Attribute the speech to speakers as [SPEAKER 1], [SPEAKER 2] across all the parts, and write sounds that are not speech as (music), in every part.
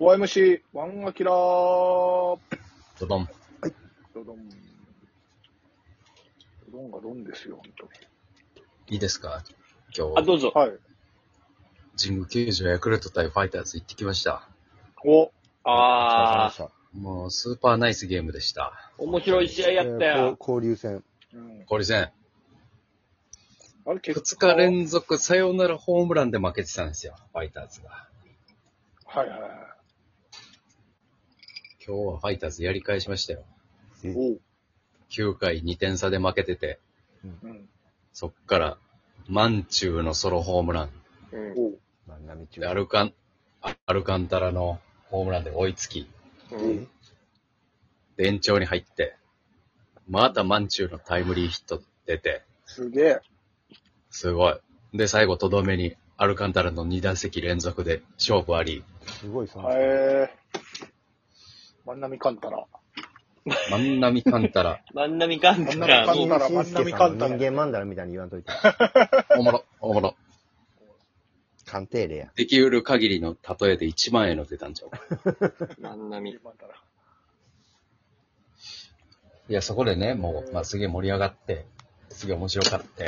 [SPEAKER 1] OMC、ワンアキラー。ド
[SPEAKER 2] ドドン。
[SPEAKER 1] ドン。ドドンがドンですよ、本
[SPEAKER 2] いいですか今
[SPEAKER 3] あ、
[SPEAKER 2] 日、
[SPEAKER 3] どうぞ。
[SPEAKER 1] 当に。はい。
[SPEAKER 2] 神宮球場ヤクルト対ファイターズ行ってきました。
[SPEAKER 1] お、
[SPEAKER 3] ああ、
[SPEAKER 4] あ。
[SPEAKER 2] もう、スーパーナイスゲームでした。
[SPEAKER 3] 面白い試合やった
[SPEAKER 4] えー
[SPEAKER 3] よ。
[SPEAKER 4] こう交流戦。
[SPEAKER 1] うん、
[SPEAKER 2] 交流戦、
[SPEAKER 1] あれ、結
[SPEAKER 2] 2日連続サヨナラホームランで負けてたんですよ、ファイターズが。
[SPEAKER 1] はいはいはい。
[SPEAKER 2] 今日はファイターズやり返しましたよ。
[SPEAKER 1] おう。
[SPEAKER 2] 9回2点差で負けてて、
[SPEAKER 1] うん。
[SPEAKER 2] そっから、満中のソロホームラン、
[SPEAKER 5] うん。
[SPEAKER 1] おう。
[SPEAKER 4] 万波中
[SPEAKER 2] でアルカン、あアルカンタラのホームランで追いつき、
[SPEAKER 5] うん。
[SPEAKER 2] で延長に入って、また満中のタイムリーヒット出て、
[SPEAKER 1] すげえ。
[SPEAKER 2] すごい。で、最後、とどめに、アルカンタラの2打席連続で勝負あり、
[SPEAKER 4] すごい三振。
[SPEAKER 1] へえ。万波カンタラ。
[SPEAKER 2] 万波カンタラ、
[SPEAKER 3] 万波カンタラ
[SPEAKER 1] 万波
[SPEAKER 3] の
[SPEAKER 1] カンタラ
[SPEAKER 4] 慎介さんの人間マンダラみたいに言わんといて。
[SPEAKER 2] おもろ、おもろ。
[SPEAKER 4] 鑑定例や。
[SPEAKER 2] できうる限りの例えで1万円の出たんちゃうか
[SPEAKER 5] 万波。
[SPEAKER 1] カンタラ。
[SPEAKER 2] いや、そこでね、もう、まあ、すげえ盛り上がって、すげえ面白かって、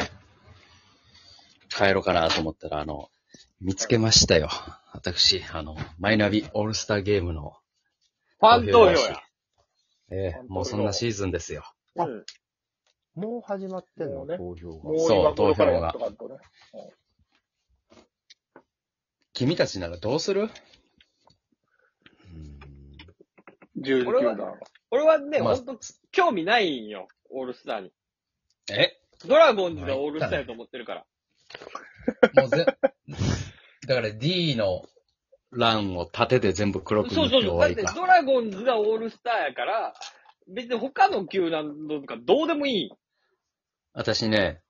[SPEAKER 2] 帰ろうかなと思ったら、あの、見つけましたよ。私、あの、マイナビオールスターゲームの、
[SPEAKER 3] ファン投票や。
[SPEAKER 2] ええもうそんなシーズンですよ。
[SPEAKER 1] うん。
[SPEAKER 4] もう始まってん
[SPEAKER 1] も
[SPEAKER 4] の
[SPEAKER 1] うね
[SPEAKER 4] 投票
[SPEAKER 1] もう
[SPEAKER 4] が。
[SPEAKER 1] 今頃からやっとかんとね。
[SPEAKER 2] 君たちならどうする
[SPEAKER 4] うん
[SPEAKER 1] 19
[SPEAKER 3] 俺は
[SPEAKER 1] 球団。
[SPEAKER 3] 俺はね、
[SPEAKER 2] まあ
[SPEAKER 3] ほんと、興味ないんよ。オールスターに。
[SPEAKER 2] え
[SPEAKER 3] ドラゴンズがオールスターやと思ってるから。
[SPEAKER 2] もうぜ、 (laughs) だから D の欄を縦で全部黒く
[SPEAKER 3] そ
[SPEAKER 2] 塗
[SPEAKER 3] う
[SPEAKER 2] っ
[SPEAKER 3] そう
[SPEAKER 2] て終
[SPEAKER 3] そう。
[SPEAKER 2] わ
[SPEAKER 3] だっ
[SPEAKER 2] り
[SPEAKER 3] て
[SPEAKER 2] か。
[SPEAKER 3] ドラゴンズがオールスターやから、別に他の球団とかどうでもいい。
[SPEAKER 2] 私ね、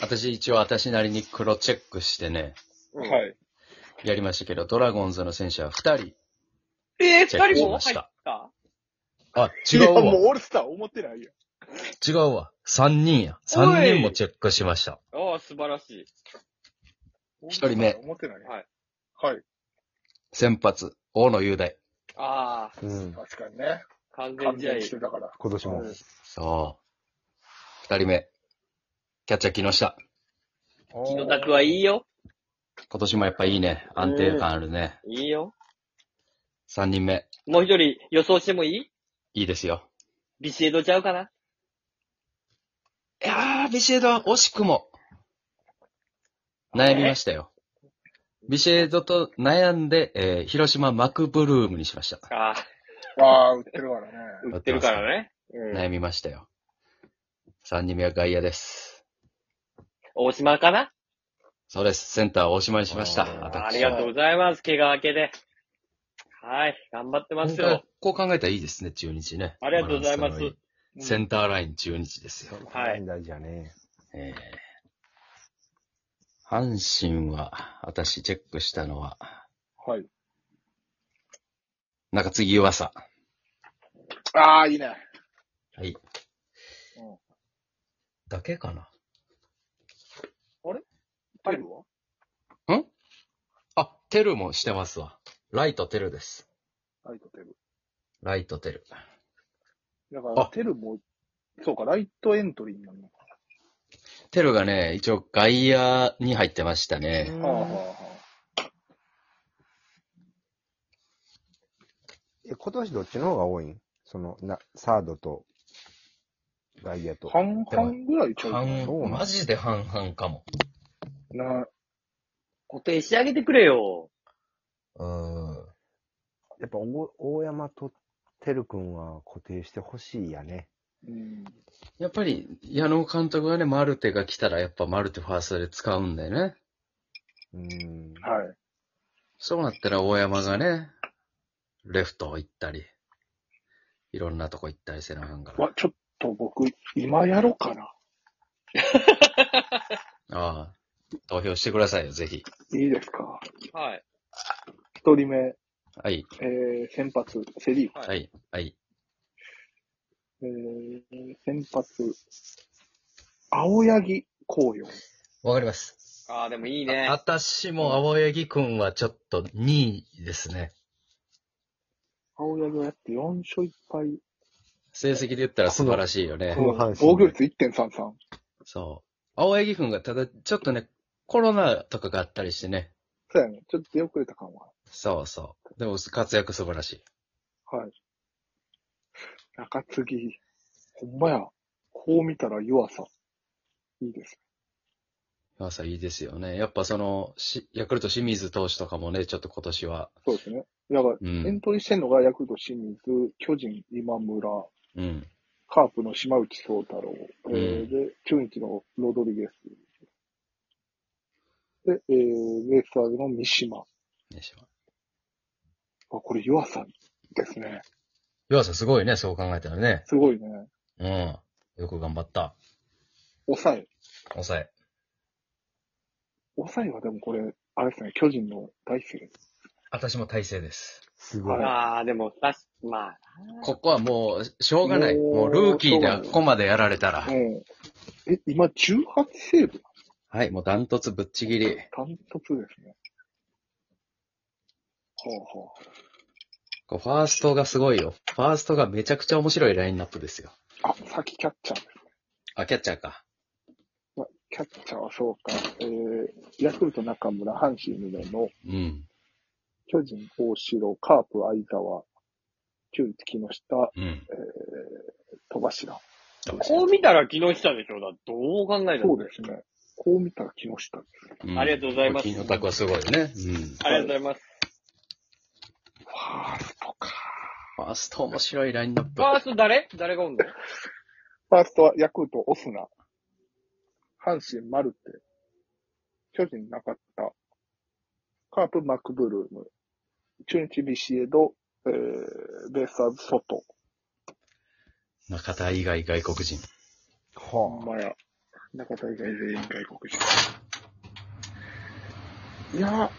[SPEAKER 2] 私一応私なりに黒チェックしてね、
[SPEAKER 5] うん
[SPEAKER 1] はい。
[SPEAKER 2] やりましたけど、ドラゴンズの選手は2人。
[SPEAKER 3] えー、
[SPEAKER 2] チェック
[SPEAKER 3] 二
[SPEAKER 2] し
[SPEAKER 3] 人も
[SPEAKER 2] まし
[SPEAKER 3] 入ったた
[SPEAKER 2] あ、違
[SPEAKER 1] いや、
[SPEAKER 2] う
[SPEAKER 1] もう
[SPEAKER 2] わ。
[SPEAKER 1] オールスター思ってないよ。
[SPEAKER 2] 違うわ。3人や。3人もチェックしました。
[SPEAKER 3] ああ、素晴らしい。
[SPEAKER 2] 一人目
[SPEAKER 1] 思ってない。
[SPEAKER 3] はい。
[SPEAKER 1] はい。
[SPEAKER 2] 先発、大野雄大。
[SPEAKER 3] ああ、
[SPEAKER 4] うん。
[SPEAKER 1] 確かにね。
[SPEAKER 3] 完全
[SPEAKER 1] 完
[SPEAKER 3] 試合
[SPEAKER 1] 全。してたから。
[SPEAKER 4] 今年も
[SPEAKER 1] うん。
[SPEAKER 2] そう。2人目、キャッチャー木下。
[SPEAKER 3] 木の拓はいいよ。
[SPEAKER 2] 今年もやっぱいいね。安定感あるね。
[SPEAKER 3] いいよ。
[SPEAKER 2] 3人目、
[SPEAKER 3] もう一人予想してもいい
[SPEAKER 2] いいですよ。
[SPEAKER 3] ビシエドちゃうかない
[SPEAKER 2] やー、ビシエドは惜しくも。悩みましたよ。ビシエドと悩んで、えー、広島マクブルームにしました。
[SPEAKER 3] ああ、
[SPEAKER 1] ああ、売ってるからね。
[SPEAKER 3] 売ってるからね。
[SPEAKER 5] うん。
[SPEAKER 2] 悩みましたよ。3人目は外野です。
[SPEAKER 3] 大島かな
[SPEAKER 2] そうです。センター大島にしました。
[SPEAKER 4] あ
[SPEAKER 3] あ
[SPEAKER 2] 私
[SPEAKER 3] りがとうございます。怪我明けで。はい、頑張ってま
[SPEAKER 2] 本
[SPEAKER 3] す
[SPEAKER 2] 当は
[SPEAKER 3] よ。
[SPEAKER 2] こう考えたらいいですね、中日ね。
[SPEAKER 3] ありがとうございま
[SPEAKER 2] バラン
[SPEAKER 3] す
[SPEAKER 2] スのいいセンターライン中日ですよ。
[SPEAKER 3] はい
[SPEAKER 4] 大事やね。
[SPEAKER 2] えー、阪神は、私チェックしたのは、
[SPEAKER 1] はい。
[SPEAKER 2] 中継ぎ湯浅。
[SPEAKER 1] ああ、いいね。
[SPEAKER 2] はい
[SPEAKER 1] うん。
[SPEAKER 2] だけかな。
[SPEAKER 1] テルは
[SPEAKER 2] あ、テルもしてますわ。ライトテルです。
[SPEAKER 1] はい、テル。
[SPEAKER 2] ライトテル。
[SPEAKER 1] だから、
[SPEAKER 2] あ
[SPEAKER 1] テルも、そうか、ライトエントリーになるのか。
[SPEAKER 2] テルがね、一応外野に入ってましたね。
[SPEAKER 1] はあ、は
[SPEAKER 4] え、今年どっちの方が多いんその、な、サードと、外野
[SPEAKER 1] あ、
[SPEAKER 4] と
[SPEAKER 1] はあ。。半々ぐらいちゃう
[SPEAKER 2] 半
[SPEAKER 4] そうなん
[SPEAKER 2] マジで半々かも。
[SPEAKER 1] な。
[SPEAKER 3] 固定してあげてくれよ。
[SPEAKER 2] うーん。
[SPEAKER 4] やっぱ、お大山と、てるくんは固定してほしいやね。
[SPEAKER 1] うん。
[SPEAKER 2] やっぱり、矢野監督がね、マルテが来たら、やっぱマルテファーストで使うんだよね。
[SPEAKER 4] うん。
[SPEAKER 1] はい。
[SPEAKER 2] そうなったら大山がね、レフト行ったり、いろんなとこ行ったりせなあかんから。
[SPEAKER 1] わ、ちょっと僕、今やろうかな。
[SPEAKER 2] ああ、投票してくださいよ、ぜひ。
[SPEAKER 1] いいですか。
[SPEAKER 3] はい。
[SPEAKER 1] 一人目、え
[SPEAKER 2] はい、
[SPEAKER 1] ー、先発、セリー
[SPEAKER 3] は
[SPEAKER 2] はい、はい。
[SPEAKER 1] えー、先発、青柳紅葉。
[SPEAKER 2] わかります。
[SPEAKER 3] ああ、でもいい
[SPEAKER 2] あ
[SPEAKER 3] ね。
[SPEAKER 2] 私も青柳くんはちょっと2位ですね。
[SPEAKER 1] 青柳はやって4勝1敗。
[SPEAKER 2] 成績で言ったら素晴らしいよね
[SPEAKER 4] こ。の阪神
[SPEAKER 1] 防御率1.33。
[SPEAKER 2] そう。青柳くんがただ、ちょっとね、コロナとかがあったりしてね。
[SPEAKER 1] そうやね。ちょっと出遅れた感は。
[SPEAKER 2] そうそう。でも活躍素晴らしい。
[SPEAKER 1] はい。中継ぎ。ほんまや。こう見たら湯浅。いいです。
[SPEAKER 2] 岩さいいですよね。やっぱその、しヤクルト清水投手とかもね、ちょっと今年は。
[SPEAKER 1] そうですね。だから、
[SPEAKER 2] う
[SPEAKER 1] エ
[SPEAKER 2] ん。
[SPEAKER 1] ントリーしてんのがヤクルト清水、巨人今村、
[SPEAKER 2] うん。
[SPEAKER 1] カープの島内宗太郎、えー
[SPEAKER 2] うん
[SPEAKER 1] で、中日のロドリゲス。で、えー、ベイスターズの三島。あ、
[SPEAKER 2] よいしょ
[SPEAKER 1] これ湯浅ですね。
[SPEAKER 2] 岩さすごいね、そう考えたらね。
[SPEAKER 1] すごいね。
[SPEAKER 2] うん。よく頑張った。
[SPEAKER 1] 抑え。
[SPEAKER 2] 抑え。
[SPEAKER 1] 抑えはでもこれ、あれですね、巨人の大勢。
[SPEAKER 2] 私も大勢です。
[SPEAKER 4] すごい。
[SPEAKER 3] ああ、でも、たし、まあ、
[SPEAKER 2] ここはもう、しょうがない。
[SPEAKER 1] も
[SPEAKER 2] も
[SPEAKER 1] う
[SPEAKER 2] う、ルーキーであここまでやられたら。
[SPEAKER 1] うん。え、今18セーブ
[SPEAKER 2] はい、もうダントツぶっちぎり。
[SPEAKER 1] 単突ですね。はあは
[SPEAKER 2] こうファーストがすごいよ。ファーストがめちゃくちゃ面白いラインナップですよ。
[SPEAKER 1] あ。あ、先キャッチャー。
[SPEAKER 2] あ、キャッチャーか。
[SPEAKER 1] キャッチャーはそうか。えー、ヤクルト中村、阪神宗野、
[SPEAKER 2] うん。
[SPEAKER 1] 巨人大城、カープ相沢、中日木下、
[SPEAKER 2] うん。
[SPEAKER 1] 戸柱。
[SPEAKER 3] こう見たら木下でしょだどう考えた
[SPEAKER 1] そう
[SPEAKER 3] で
[SPEAKER 1] ですね。こう見たら木下です。
[SPEAKER 2] うん
[SPEAKER 3] ありがとうございます
[SPEAKER 2] 金のタクはすごいよね。うん。
[SPEAKER 3] ありがとうございます。
[SPEAKER 1] ファーストか。
[SPEAKER 2] ファースト面白いラインナップ
[SPEAKER 3] フ。ァースト誰誰がおんの
[SPEAKER 1] ファーストはヤクルト、オスナ。阪神、マルテ。巨人、なかった。カープ、マクブルーム。中日、ビシエド、えー、ベイスターズ、ソト。
[SPEAKER 2] 中田以外外国人。
[SPEAKER 1] ほん
[SPEAKER 4] は
[SPEAKER 1] まや。中田以外全員外国人。いや、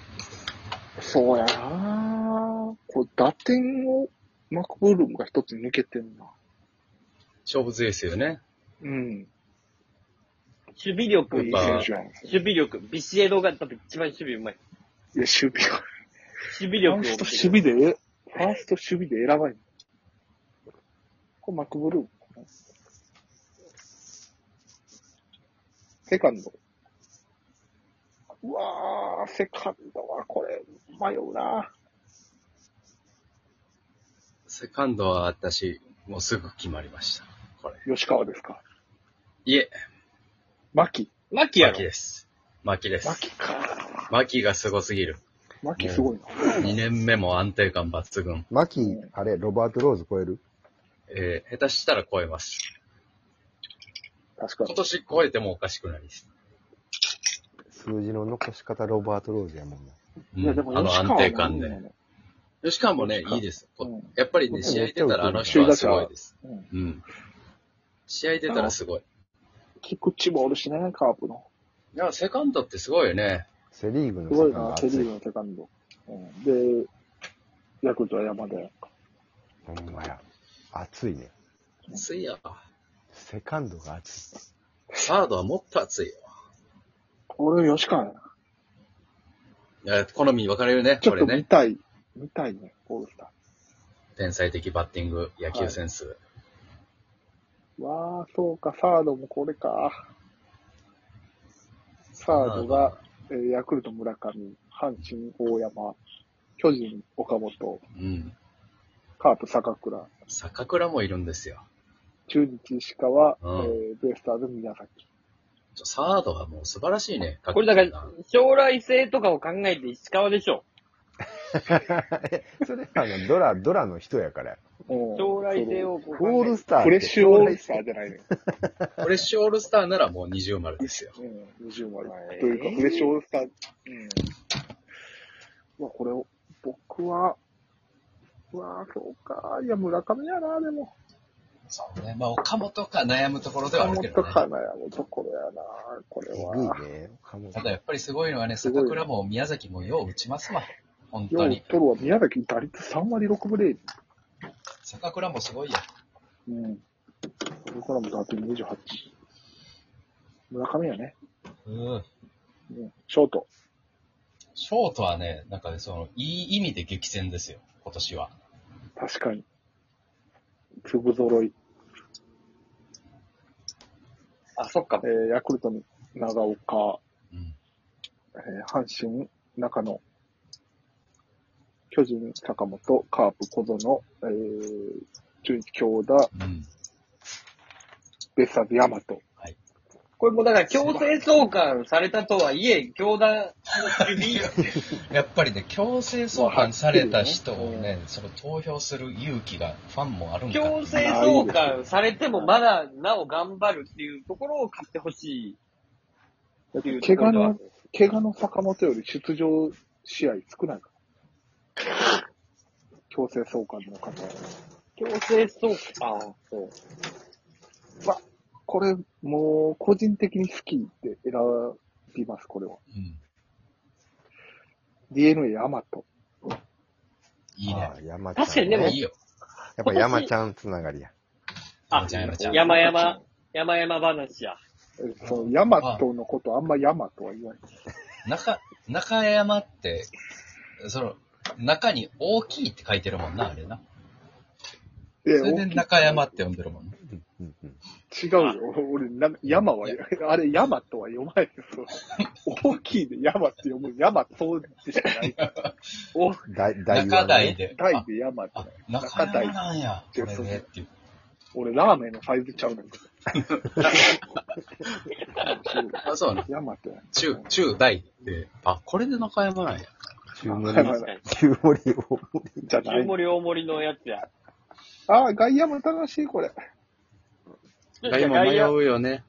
[SPEAKER 1] そうやなこれ、打点を、マクブルームが一つ抜けてんな。
[SPEAKER 2] 勝負強いですよね。
[SPEAKER 1] うん。
[SPEAKER 3] 守備力、
[SPEAKER 1] いい
[SPEAKER 3] 守
[SPEAKER 2] やっぱ
[SPEAKER 1] 選手なんですよ。
[SPEAKER 3] 備力。ビシエドが、だって一番守備うまい。
[SPEAKER 1] いや、守備は。フ
[SPEAKER 3] 守備力を
[SPEAKER 1] ァ
[SPEAKER 3] 見
[SPEAKER 1] ー
[SPEAKER 3] て
[SPEAKER 1] スト
[SPEAKER 3] くれる。
[SPEAKER 1] 守備で、ファースト守備で選ばれる。これマクブルームかな。セカンド。うわー、セカンドはこれ、迷うな
[SPEAKER 2] セカンドは私、もうすぐ決まりました。これ。
[SPEAKER 1] 吉川ですか。
[SPEAKER 2] いえ、
[SPEAKER 1] 牧。
[SPEAKER 3] 牧や
[SPEAKER 2] マキ
[SPEAKER 3] ろ。
[SPEAKER 2] です。マキです。
[SPEAKER 1] 牧か。
[SPEAKER 2] マキがすごすぎる。
[SPEAKER 1] 牧すごいな。
[SPEAKER 2] 2年目も安定感抜群。
[SPEAKER 4] あ。マキ、あれ、ロバート・ローズ超える
[SPEAKER 2] えー、下手したら超えます。
[SPEAKER 1] 確か
[SPEAKER 2] 今年超えてもおかしくないです。
[SPEAKER 4] 数字の残し方、ロバート・ローズやもんな。
[SPEAKER 2] う
[SPEAKER 1] に。
[SPEAKER 2] ん
[SPEAKER 1] いや、でも
[SPEAKER 2] あの
[SPEAKER 1] 吉川
[SPEAKER 2] 安
[SPEAKER 1] は
[SPEAKER 2] 定感で。
[SPEAKER 1] ね。
[SPEAKER 2] 吉川もね
[SPEAKER 1] 吉、川
[SPEAKER 2] いいです。
[SPEAKER 1] うん
[SPEAKER 2] やっぱり
[SPEAKER 4] う
[SPEAKER 2] ね、
[SPEAKER 4] ん
[SPEAKER 2] 試合出たらあの人はすごいです。
[SPEAKER 1] うん
[SPEAKER 2] うん。試合出たらすごい。
[SPEAKER 1] 菊池もおるしね、カープの。
[SPEAKER 2] いや、セカンドってすごいよね。
[SPEAKER 4] セ・リーグの
[SPEAKER 1] すご
[SPEAKER 4] セ
[SPEAKER 1] い
[SPEAKER 4] カンド
[SPEAKER 1] な、セリー
[SPEAKER 4] 熱い
[SPEAKER 1] グ。のセカンド。うん、で、ヤクルトは山田やんか。
[SPEAKER 4] ほんまや。熱いね。
[SPEAKER 2] 熱いよ。
[SPEAKER 4] セカンドが熱い。
[SPEAKER 2] サードはもっと熱いよ。
[SPEAKER 1] 俺は吉川やな。
[SPEAKER 2] いや、好み分かれるね、
[SPEAKER 1] ち
[SPEAKER 2] こ
[SPEAKER 1] ょっと
[SPEAKER 2] れ
[SPEAKER 1] 見
[SPEAKER 2] ね。
[SPEAKER 1] たい、見たいね、オールスタ
[SPEAKER 2] 天才的バッティング、野球センス。
[SPEAKER 1] ー。わあ、そうか、サードもこれか。サードが、えーヤクルト村上、阪神大山、巨人岡本、
[SPEAKER 2] うん。
[SPEAKER 1] カープ坂倉、
[SPEAKER 2] 坂倉もいるんですよ。
[SPEAKER 1] 中日石川、
[SPEAKER 2] うん
[SPEAKER 1] えーベイスターズ宮崎。
[SPEAKER 2] ちょサードはもう素晴らしいね。
[SPEAKER 3] これだから、将来性とかを考えて石川でしょ。
[SPEAKER 4] えそれあの、ドラ、ドラの人やから。
[SPEAKER 1] うん
[SPEAKER 3] 将来性をこう
[SPEAKER 4] オー
[SPEAKER 3] 考え
[SPEAKER 4] ル
[SPEAKER 3] て。
[SPEAKER 4] スターっ
[SPEAKER 1] それフ
[SPEAKER 4] て。
[SPEAKER 1] レッシュオールスターじゃないね。
[SPEAKER 2] フレッシュオールスターならもう二重丸ですよ。
[SPEAKER 1] うん、20ま
[SPEAKER 3] は
[SPEAKER 1] で。
[SPEAKER 3] い
[SPEAKER 1] というか、フレッシュオールスター。うん。まあ、これを、僕は、うわあ、そうか。いや、村上やな、でも。
[SPEAKER 2] そうね。まあ、岡本か悩むところではあ
[SPEAKER 1] 岡
[SPEAKER 2] るけ
[SPEAKER 1] 本
[SPEAKER 2] どね。
[SPEAKER 1] かなやもところやな、これ
[SPEAKER 4] えぐい
[SPEAKER 1] は。
[SPEAKER 4] ね。岡本
[SPEAKER 2] ただやっぱりすごいのはね、
[SPEAKER 1] すごい
[SPEAKER 2] 坂倉も宮崎もよう打ちますわ。本
[SPEAKER 1] よ
[SPEAKER 2] 当
[SPEAKER 1] う
[SPEAKER 2] に。
[SPEAKER 1] 取るは宮崎打率3割6分0。
[SPEAKER 2] 坂倉もすごいよ。
[SPEAKER 1] うん。僕らも打点28。村上やね。
[SPEAKER 2] うん。
[SPEAKER 1] うん。ショート。
[SPEAKER 2] ショートはね、なんかねその、いい意味で激戦ですよ、今年は。
[SPEAKER 1] 確かに。粒揃い。
[SPEAKER 3] あ、そっか
[SPEAKER 1] え。ーヤクルトに長岡、
[SPEAKER 2] うん。
[SPEAKER 1] えー阪神、中野、巨人、坂本、カープ、小園、えー、中日、京田、
[SPEAKER 2] うん。
[SPEAKER 1] ベッサーズ、大和。
[SPEAKER 3] これもだから強制送還されたとはいえ、教団の守備、
[SPEAKER 2] (laughs) やっぱりね、強制送還された人をね、その投票する勇気がファンもあるんか
[SPEAKER 3] 強制送還されてもまだなお頑張るっていうところを買ってほしい
[SPEAKER 1] だっ
[SPEAKER 3] っ
[SPEAKER 1] て
[SPEAKER 3] ていう
[SPEAKER 1] 怪
[SPEAKER 3] とこ
[SPEAKER 1] 我
[SPEAKER 3] ろは
[SPEAKER 1] の、怪我の坂本より出場試合少ないから。強制送還の方は。
[SPEAKER 3] 強制送還。そう
[SPEAKER 1] これ、もう、個人的に好きって選びます、これは。
[SPEAKER 2] うん。
[SPEAKER 1] DNA、大和。
[SPEAKER 2] いいね
[SPEAKER 4] あ。あ山ちゃん、
[SPEAKER 3] 確かにでも
[SPEAKER 2] いいよ。
[SPEAKER 4] やっぱ山ちゃんつながりや。
[SPEAKER 3] あ
[SPEAKER 2] じゃあ、山ちゃん。
[SPEAKER 3] 山々、山々話や。
[SPEAKER 1] えその、大和のことあんま大和は言わない。
[SPEAKER 2] 中、中山って、その、中に大きいって書いてるもんな、あれな。
[SPEAKER 1] で
[SPEAKER 2] それで中山って呼んでるもんね。
[SPEAKER 4] うんうん。
[SPEAKER 1] 違うよ。俺、な山は、あれ、山とは読まないですよ。大きいで山って読む。山そうでしかない。
[SPEAKER 3] お、
[SPEAKER 4] 大大
[SPEAKER 2] 中台
[SPEAKER 4] で。
[SPEAKER 2] で。
[SPEAKER 1] 大で山って
[SPEAKER 2] あ、あ中台なんや。これね。っていう。
[SPEAKER 1] 俺、ラーメンのサイズちゃうねんけど。
[SPEAKER 2] あ、そうね。
[SPEAKER 1] 山って。
[SPEAKER 2] 中、中大って。あ、これで中山なんや。
[SPEAKER 4] 中盛り
[SPEAKER 1] 山
[SPEAKER 3] 確かに。
[SPEAKER 4] 中盛りを。 (laughs)
[SPEAKER 1] じゃな
[SPEAKER 3] 中
[SPEAKER 1] い。
[SPEAKER 3] 森大森のやつや。
[SPEAKER 1] あ、外野も楽しい、これ。
[SPEAKER 2] 大も迷うよね。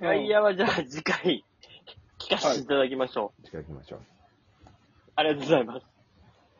[SPEAKER 3] 外野はじゃあ次回、聞かせていただきましょう。
[SPEAKER 4] 近づきましょう。
[SPEAKER 3] ありがとうございます。